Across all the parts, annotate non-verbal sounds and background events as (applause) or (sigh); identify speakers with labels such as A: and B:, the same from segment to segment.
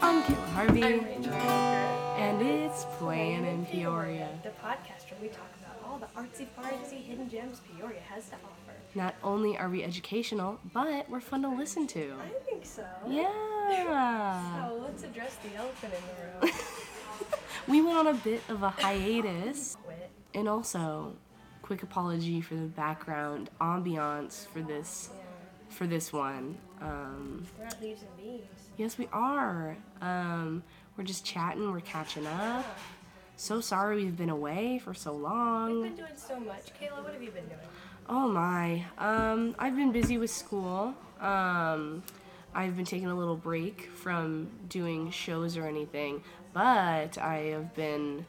A: I'm Kayla Harvey,
B: I'm Rachel Walker,
A: and it's Plan in Peoria.
B: the podcast where we talk about all the artsy fartsy hidden gems Peoria has to offer.
A: Not only are we educational, but we're fun to listen to.
B: I think so.
A: Yeah.
B: So let's address the elephant in the room.
A: We went on a bit of a hiatus,
B: Quit.
A: and also, quick apology for the background ambiance for this
B: Yeah.
A: for this one. Um,
B: We're at leaves and bees.
A: yes, we are. Um, we're just chatting. We're catching up. So sorry we've been away for so long.
B: We've been doing so much. Kayla, what have you been doing?
A: Oh my. Um, I've been busy with school. Um, I've been taking a little break from doing shows or anything, but I have been.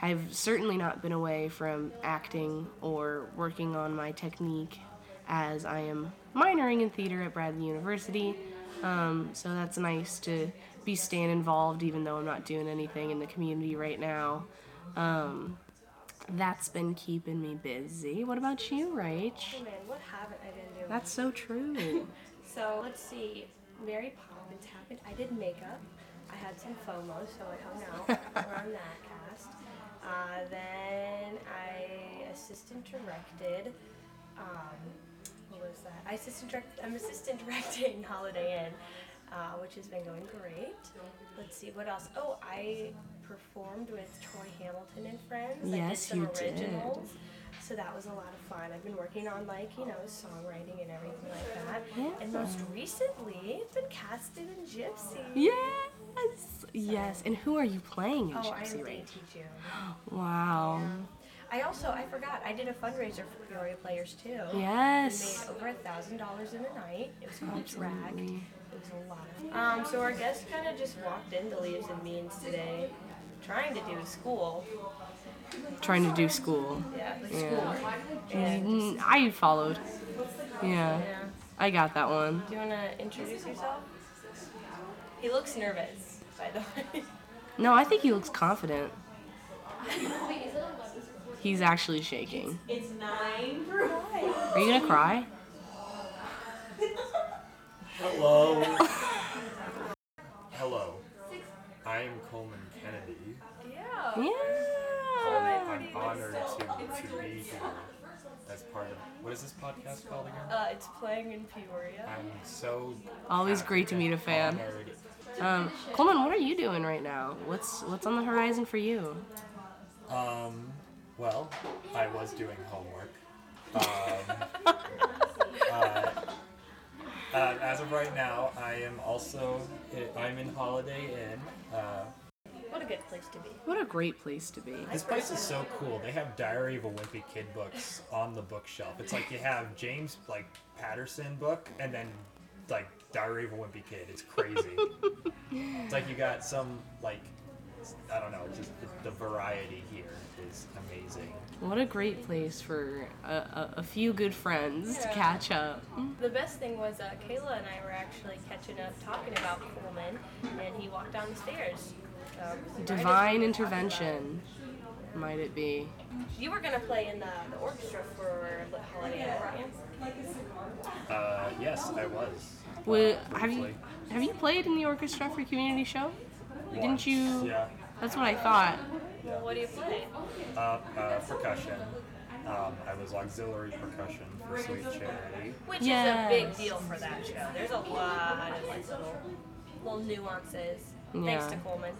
A: I've certainly not been away from acting or working on my technique as I am minoring in theater at Bradley University. Um, so that's nice to be staying involved even though I'm not doing anything in the community right now Um, that's been keeping me busy. What about you, Rach?
B: Hey man, what haven't I been doing?
A: That's so
B: (laughs)
A: true.
B: So let's see. Mary Poppins happened. I did makeup. I had some FOMO, so I hung
A: (laughs)
B: out. We're on that cast. Uh, then I assistant directed. Um, what was that? I assistant direct. I'm assistant (laughs) directing Holiday Inn, uh, which has been going great. Let's see what else. Oh, I performed with Troy Hamilton and friends. I did
A: Yes,
B: some
A: you did.
B: originals. So that was a lot of fun. I've been working on like, you know, songwriting and everything like that. And most recently, I've been casted in Gypsy.
A: yes, yes. And who are you playing in
B: Oh, I'm
A: Gypsy
B: Dainty
A: Rach?
B: June.
A: Wow.
B: I also, I forgot, I did a fundraiser for Peoria Players too.
A: Yes.
B: We made over a thousand dollars in a night. It was called Drag. It
A: Absolutely.
B: was a lot of fun. Um, so our guest kind of just walked into Leaves and Means today, trying to do school.
A: Trying to do school.
B: Yeah, like
A: Yeah.
B: school. And,
A: Mm, I followed. Yeah,
B: yeah.
A: I got that one.
B: Do you want to introduce yourself? He looks nervous, by the way.
A: No, I think he looks confident. He's actually shaking.
C: It's nine for one.
A: Are you gonna cry?
D: Hello. Hello. I'm Coleman Kennedy.
B: Yeah.
A: Yeah.
D: I'm honored to, to be here as part of. What is this podcast called again?
B: Uh, it's playing in Peoria.
D: I'm so.
A: Always
D: happy
A: great to meet a
D: and
A: fan.
D: honored.
A: Um, Coleman, what are you doing right now? What's what's on the horizon for you?
D: Um, well, I was doing homework. Um, (laughs) uh, uh, as of right now, I am also. I'm in Holiday Inn. Uh,
B: What a good place to be.
A: What a great place to be.
D: This place is so cool. They have Diary of a Wimpy Kid books on the bookshelf. It's like you have James like Patterson book and then like Diary of a Wimpy Kid. It's crazy. it's like you got some like I don't know, just the, the variety here is amazing.
A: What a great place for a, a, a few good friends to catch up.
B: The best thing was uh, Kayla and I were actually catching up talking about Coleman, and he walked down the stairs. Um, right as
A: Divine
B: we were talking
A: intervention, might it be?
B: about it. You were gonna play in the, the orchestra for Holiday, Inn, weren't you?
D: Uh, yes, I was.
A: Wa- have you have you played in the orchestra for community show? Didn't
D: Once,
A: you?
D: Yeah.
A: That's what I thought. (laughs)
B: Well, what do you play?
D: Uh, uh, percussion. Um, I was auxiliary percussion for Sweet Charity.
B: Which
A: Yes.
B: is a big deal for that show. There's a lot of like little, little nuances. Thanks
A: Yeah.
B: to Coleman.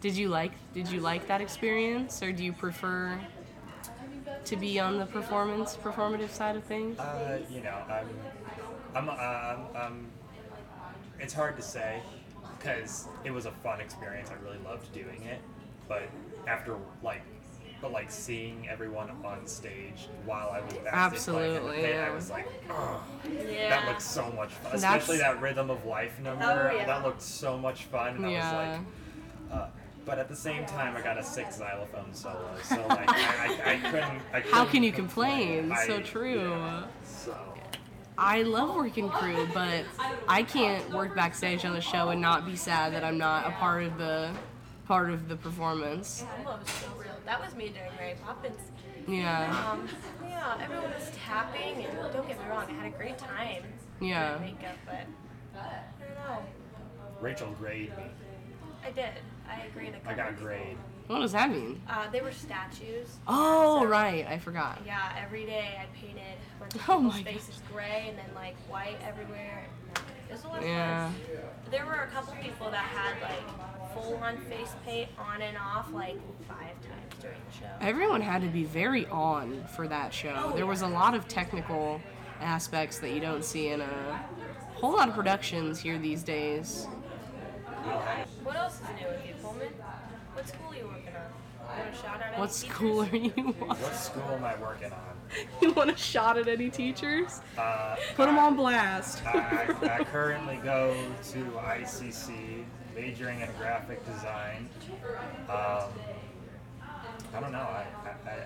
A: Did you like Did you like that experience, or do you prefer to be on the performance performative side of things?
D: Uh, you know, I'm, I'm, uh, I'm, I'm, it's hard to say because it was a fun experience. I really loved doing it, but after like, but like seeing everyone on stage while I was backstage playing in the
A: Absolutely,
D: pit,
A: yeah.
D: I was like, oh,
B: Yeah.
D: that looks so much fun. Especially
A: That's-
D: that rhythm of life number.
B: Oh, yeah.
D: That looked so much fun, and I was
A: Yeah.
D: like. Uh, but at the same time, I got a six xylophone solo, so like I, I, I couldn't.
A: How
D: I couldn't
A: can you complain?
D: I-
A: So true.
D: yeah, so.
A: I love working crew, but I can't work backstage on the show and not be sad that I'm not a part of the part of the performance.
B: Coleman was so real. That was me during Mary Poppins.
A: Yeah,
B: Um, yeah, everyone was tapping, and don't get me wrong, I had a great time.
A: yeah.
B: Makeup, but I don't know.
D: Rachel grade me.
B: I did. I agreed.
D: I got grade.
A: What does that mean?
B: Uh, they were statues.
A: Oh,
B: So,
A: right. I forgot.
B: Yeah, every day I painted a bunch of
A: Oh
B: people's
A: my
B: faces gray and then like white everywhere. It was a lot of fun.
A: Yeah.
B: There were a couple people that had like full on face paint on and off like five times during the show.
A: Everyone had to be very on for that show. There was a lot of technical aspects that you don't see in a whole lot of productions here these days.
B: What else is new with you, Pullman? What school are you working on? You want a shout out at
A: What's
B: any
A: cooler (laughs)
B: teachers?
A: you want?
D: What school am I working on?
A: You want a shot at any teachers?
D: Uh,
A: Put them on blast.
D: I, I currently go to ICC, majoring in graphic design. Um, I don't know. I, I, I,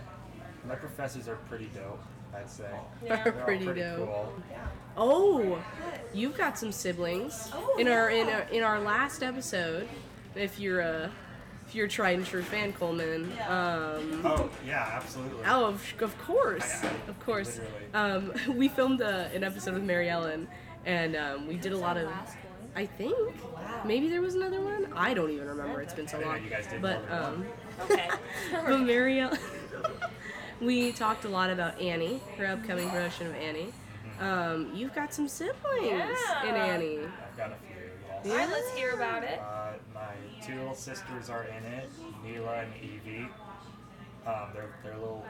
D: my professors are pretty dope. I'd say
A: Are
D: They're all
A: pretty dope.
D: Cool.
A: Oh, you've got some siblings. in our in our, in our last episode, if you're a if you're a tried and true fan, Coleman. Um,
D: Oh yeah, absolutely.
A: Oh, of, of course,
D: Yeah,
A: of course.
D: literally.
A: Um, (laughs) we filmed a, an episode with Mary Ellen, and um, we did a lot of.
B: Last one.
A: I think maybe there was another one. I don't even remember. It's been so
D: I didn't know
A: long.
D: you guys did
A: But
D: more than
A: um,
B: Okay.
A: (laughs) but Mary Ellen, we talked a lot about Annie, her upcoming production of Annie. Um, you've got some siblings in
B: Yeah.
A: Annie.
D: I've got a few.
B: All
D: Yes.
B: right, let's hear about it.
D: Uh, my two little sisters are in it, Neela and Evie. Um, they're they're little.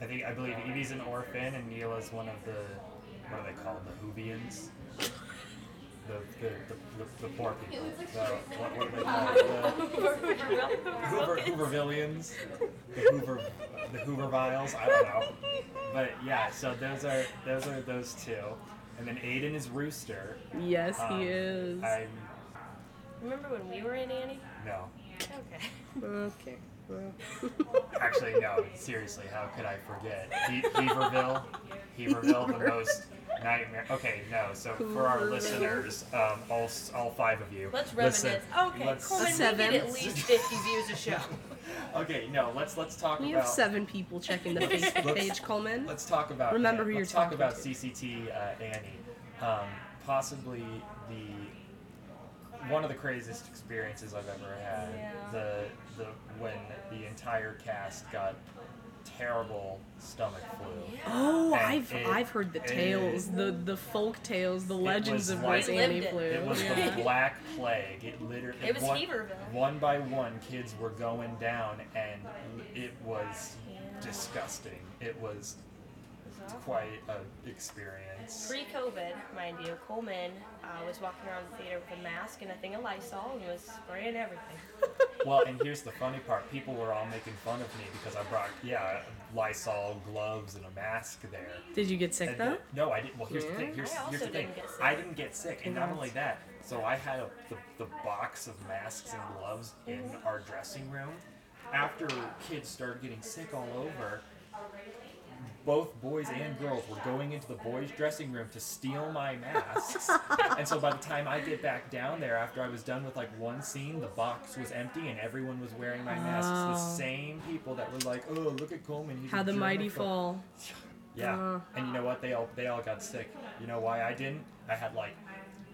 D: I think I believe Evie's an orphan and Neela's one of the what are they called? The Hoovians. The the, the, the, the poor people. The, what, what are they called? The Hoover, Hoovervillians. The Hoover the Hooverviles. I don't know. But yeah, so those are those are those two. And then Aiden is Rooster.
A: Yes,
D: Um,
A: he is.
D: I'm
B: Remember when we were in Annie?
D: no.
B: Okay.
A: Okay. well.
D: Actually, no. Seriously, how could I forget? He- Heaverville, Heaverville, the most nightmare. Okay, no. So for our
A: Hooverville.
D: listeners, um, all s- all five of you,
B: Let's reminisce.
D: listen,
B: Okay,
D: let's-
B: Coleman,
A: Seven.
B: we need at least 50 views a show.
D: (laughs) Okay, no. Let's let's talk
A: we
D: about.
A: have seven people
D: (laughs)
A: checking the Facebook
D: Let's-
A: page, Coleman.
D: Let's talk about.
A: Remember who
D: let's
A: you're
D: talk
A: talking
D: about
A: to.
D: CCT uh, Annie. Um, possibly the one of the craziest experiences I've ever had.
B: Yeah.
D: The the when the entire cast got terrible stomach flu.
A: Oh,
D: And
A: I've
D: it-
A: I've heard the
D: it-
A: tales, the the folk tales, the legends
D: was
A: of
D: like-
A: Miss Annie
B: Lived it.
A: Flu.
D: It
A: (laughs)
D: was
A: Yeah.
D: the Black Plague. It literally.
B: It was
D: one,
B: Heaverville.
D: One by one, kids were going down, and it was disgusting. It was quite an experience.
B: Pre-COVID, mind you, Coleman uh, was walking around the theater with a mask and a thing of Lysol and was spraying everything.
D: Well, and here's the funny part: people were all making fun of me because I brought, yeah, Lysol gloves and a mask there.
A: Did you get sick
D: And
A: though?
D: the- no, I didn't. Well, here's the
A: Yeah.
D: thing. Here's,
B: I
D: here's
B: also
D: the thing.
B: didn't get sick.
D: I didn't get sick, and not
A: Congrats.
D: only that, so I had a, the, the box of masks and gloves in our dressing room. After kids started getting sick all over, both boys and girls were going into the boys' dressing room to steal
B: (laughs)
D: my masks. and so by the time I get back down there, after I was done with like one scene, the box was empty and everyone was wearing my masks.
A: Oh.
D: The same people that were like, "Oh, look at Coleman, he's a
A: How the mighty
D: germaphobe."
A: fall.
D: Yeah.
A: Uh.
D: and you know what? They all they all got sick. You know why I didn't? I had like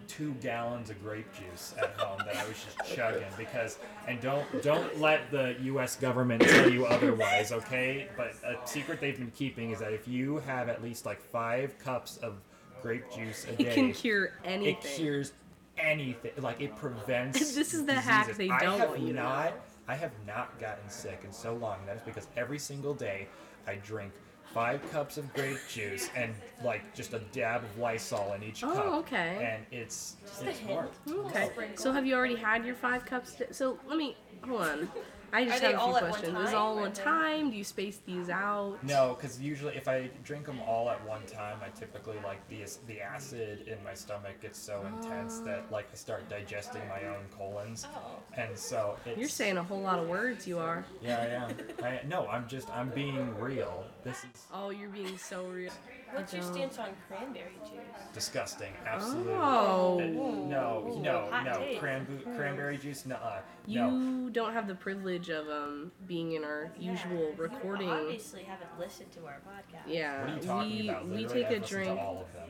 D: two gallons of grape juice at home that I was just chugging because and don't don't let the US government tell you otherwise, okay? But a secret they've been keeping is that if you have at least like 5 cups of grape juice a day,
A: It can cure anything.
D: it cures anything. Like it prevents.
A: (laughs) This is the hack
D: diseases.
A: they don't
D: I have
A: want you to know.
D: not. I have not gotten sick in so long. That is because every single day I drink five cups of grape
A: (laughs)
D: juice and like just a dab of Lysol in each
A: Oh,
D: cup.
A: okay.
D: And it's
B: a
D: it's
B: hint.
D: worked.
A: Okay. So have you already had your five cups? t- so let me hold on. I just
B: Are they
A: have a few
B: all at one
A: questions. Is
B: time,
A: all
B: or
A: on
B: they-
A: time? Do you space these out?
D: No, because usually if I drink them all at one time, I typically like the ac- the acid in my stomach gets so intense
A: Oh.
D: that like I start digesting my own colons,
B: Oh.
D: and so it's,
A: You're saying a whole lot of words. You are.
D: Yeah, I am. I, no, I'm just I'm being real. This is
A: Oh, you're being so real.
B: What's your
A: don't.
B: stance on cranberry juice?
D: disgusting. Absolutely.
A: Oh.
D: Uh, No, no,
B: hot
D: no.
B: take.
D: Cranbo- cranberry juice? Nuh-uh.
A: You
D: No.
A: don't have the privilege of um being in our usual
B: Yeah,
A: recording.
B: You obviously haven't listened to our podcast.
A: Yeah,
D: What are you talking
A: we
D: about?
A: we
D: Literally,
A: take
D: I've
A: a
D: listened
A: drink.
D: To all of them.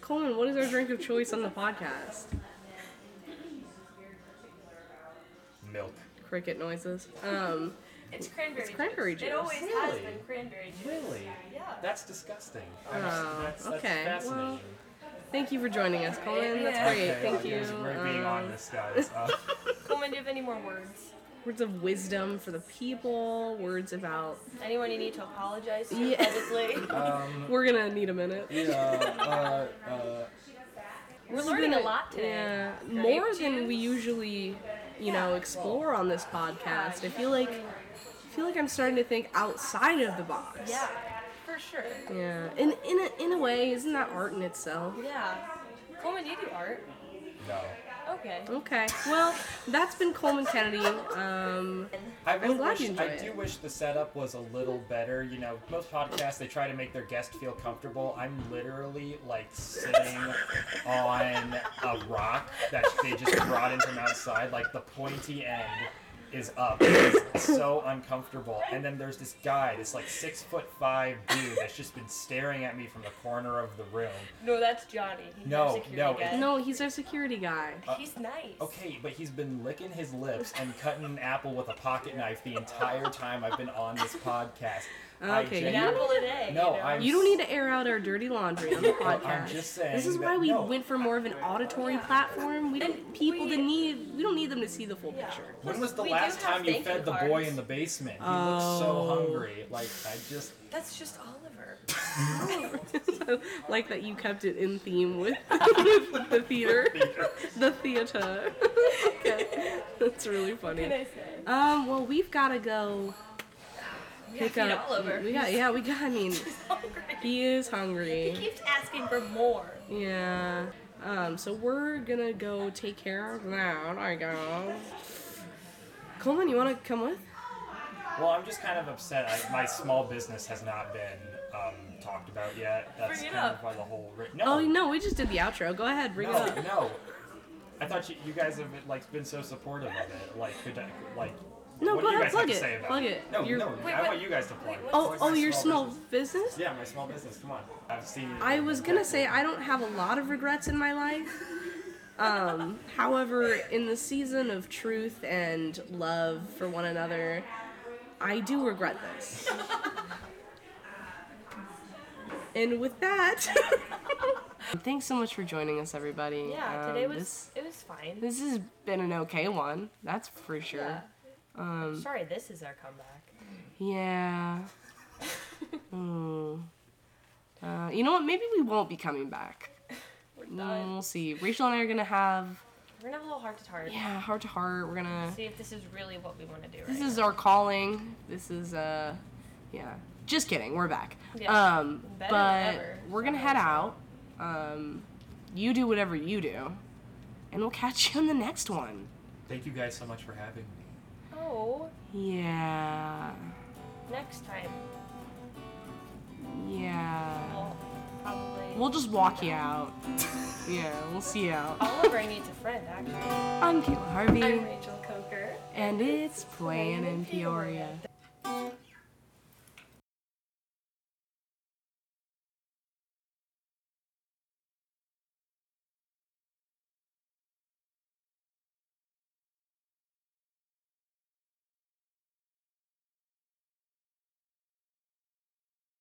A: Coleman, what is our drink of choice on the podcast?
D: milk.
A: Cricket noises. Um,
B: It's cranberry.
A: It's cranberry
B: It
A: juice.
B: always has
D: Really?
B: been cranberry juice.
D: Really?
B: Yeah.
D: That's disgusting.
A: Oh,
D: that's, that's
A: okay, well,
D: fascinating.
A: thank you for joining us, Colin. That's
B: Yeah.
A: great.
D: Okay,
A: Thank
D: it
A: you.
D: was great being on
A: Um,
D: this, guys. Uh, (laughs)
B: Coleman, do you have any more words?
A: words of wisdom for the people. Words about.
B: Anyone you need to apologize to
A: Yeah. Uh, (laughs)
B: publicly?
D: um,
A: We're gonna need a minute.
D: yeah, uh, uh,
B: We're
A: This has
B: learning
A: been
B: a lot today.
A: Yeah,
B: Grape
A: more than we
B: juice.
A: usually, you know, explore on this podcast. I feel like, I feel like I'm starting to think outside of the box.
B: Yeah, for sure.
A: Yeah. In in a, in a way, isn't that art in itself?
B: Yeah. Coleman, do you do art?
D: no.
B: Okay.
A: Okay. Well, that's been Coleman Kennedy. Um,
D: I really
A: glad
D: wish,
A: you enjoy
D: I
A: it.
D: do wish the setup was a little better. You know, most podcasts they try to make their guest feel comfortable. I'm literally like sitting on a rock that they just brought in from outside. Like the pointy end is up. It's so uncomfortable. And then there's this guy, this like six foot five dude that's just been staring at me from the corner of the room.
B: No, that's Johnny. He's
D: No,
B: our security
D: no,
B: guy.
A: no, he's our security guy.
B: He's nice.
D: Okay, but he's been licking his lips and cutting an apple with a pocket knife the entire time I've been on this podcast. I
A: Okay,
B: An
A: you
D: genuinely-
B: apple a day.
D: No,
B: you know?
D: I'm-
A: You don't need to air out our dirty laundry
D: (laughs)
A: on the
D: I'm
A: podcast.
D: just saying
A: this is why
D: that-
A: we
D: no.
A: went for more of an auditory
B: Yeah.
A: platform. We don't
B: And
A: people
B: we-
A: that need we don't need them to see the full
B: Yeah.
A: picture. (laughs)
D: When was the
B: We do
D: last
B: have
D: time you
B: thank
D: fed
B: you
D: the
B: cards.
D: boy in the basement? He looks so
A: Oh.
D: hungry. Like I just
B: That's just
D: (laughs)
B: Oliver.
A: like that you kept it in theme with, (laughs) with the
D: (laughs)
A: theater, the theater. (laughs) okay, that's really
B: What can I
A: funny.
B: say?
A: Um, well, we've gotta go
B: We gotta
A: pick
B: feed
A: up.
B: Oliver. (laughs)
A: We got yeah, we got. I mean, he is hungry.
B: He keeps asking for more.
A: Yeah. Um, so we're gonna go take care of that, I guess. Coleman, you wanna come with?
D: well, I'm just kind of upset. I, my small business has not been um, talked about yet. That's
B: Bring it
D: kind
B: up.
D: of why the whole ri- no,
A: Oh no, we just did the outro. Go ahead, bring
D: no,
A: it up.
D: no. I thought you, you guys have been, like been so supportive of it. Like could I, like
A: No,
D: what
A: go
D: do you
A: ahead,
D: guys
A: plug
D: have
A: it,
D: to say about
A: plug
D: it?
A: it.
D: No,
A: You're-
D: no,
B: Wait,
D: I
B: what-
D: want you guys to plug it.
B: wait,
A: Oh,
D: Plug
A: oh,
D: my
A: your small
D: business.
A: business?
D: Yeah, my small business. Come on. I've seen.
A: I was gonna say I don't have a lot of regrets in my life. Um, however, in the season of truth and love for one another, I do regret this. and with that, (laughs) thanks so much for joining us, everybody.
B: Yeah,
A: Um,
B: today was
A: This,
B: it was fine.
A: this has been an okay one, that's for sure.
B: Sorry, this is our comeback. (laughs)
A: Yeah. Mm. Uh, you know what? Maybe we won't be coming back.
B: We're
A: No,
B: done.
A: we'll see. Rachel and I are gonna have
B: We're gonna have a little heart to heart.
A: yeah heart to heart. We're gonna
B: See if this is really what we want to do. Right
A: this is our calling. This is uh yeah. Just kidding. We're back.
B: Yeah.
A: Um,
B: Better
A: but
B: than ever,
A: we're gonna head out. Um, you do whatever you do, and we'll catch you on the next one.
D: Thank you guys so much for having me.
B: now. Oh,
A: Yeah.
B: next time
A: Yeah.
B: we'll probably.
A: We'll just walk you out. Yeah, we'll see you out.
B: Oliver needs a friend, actually.
A: I'm Kayla Harvey,
B: I'm Rachel Coker.
A: and it's playing in Peoria.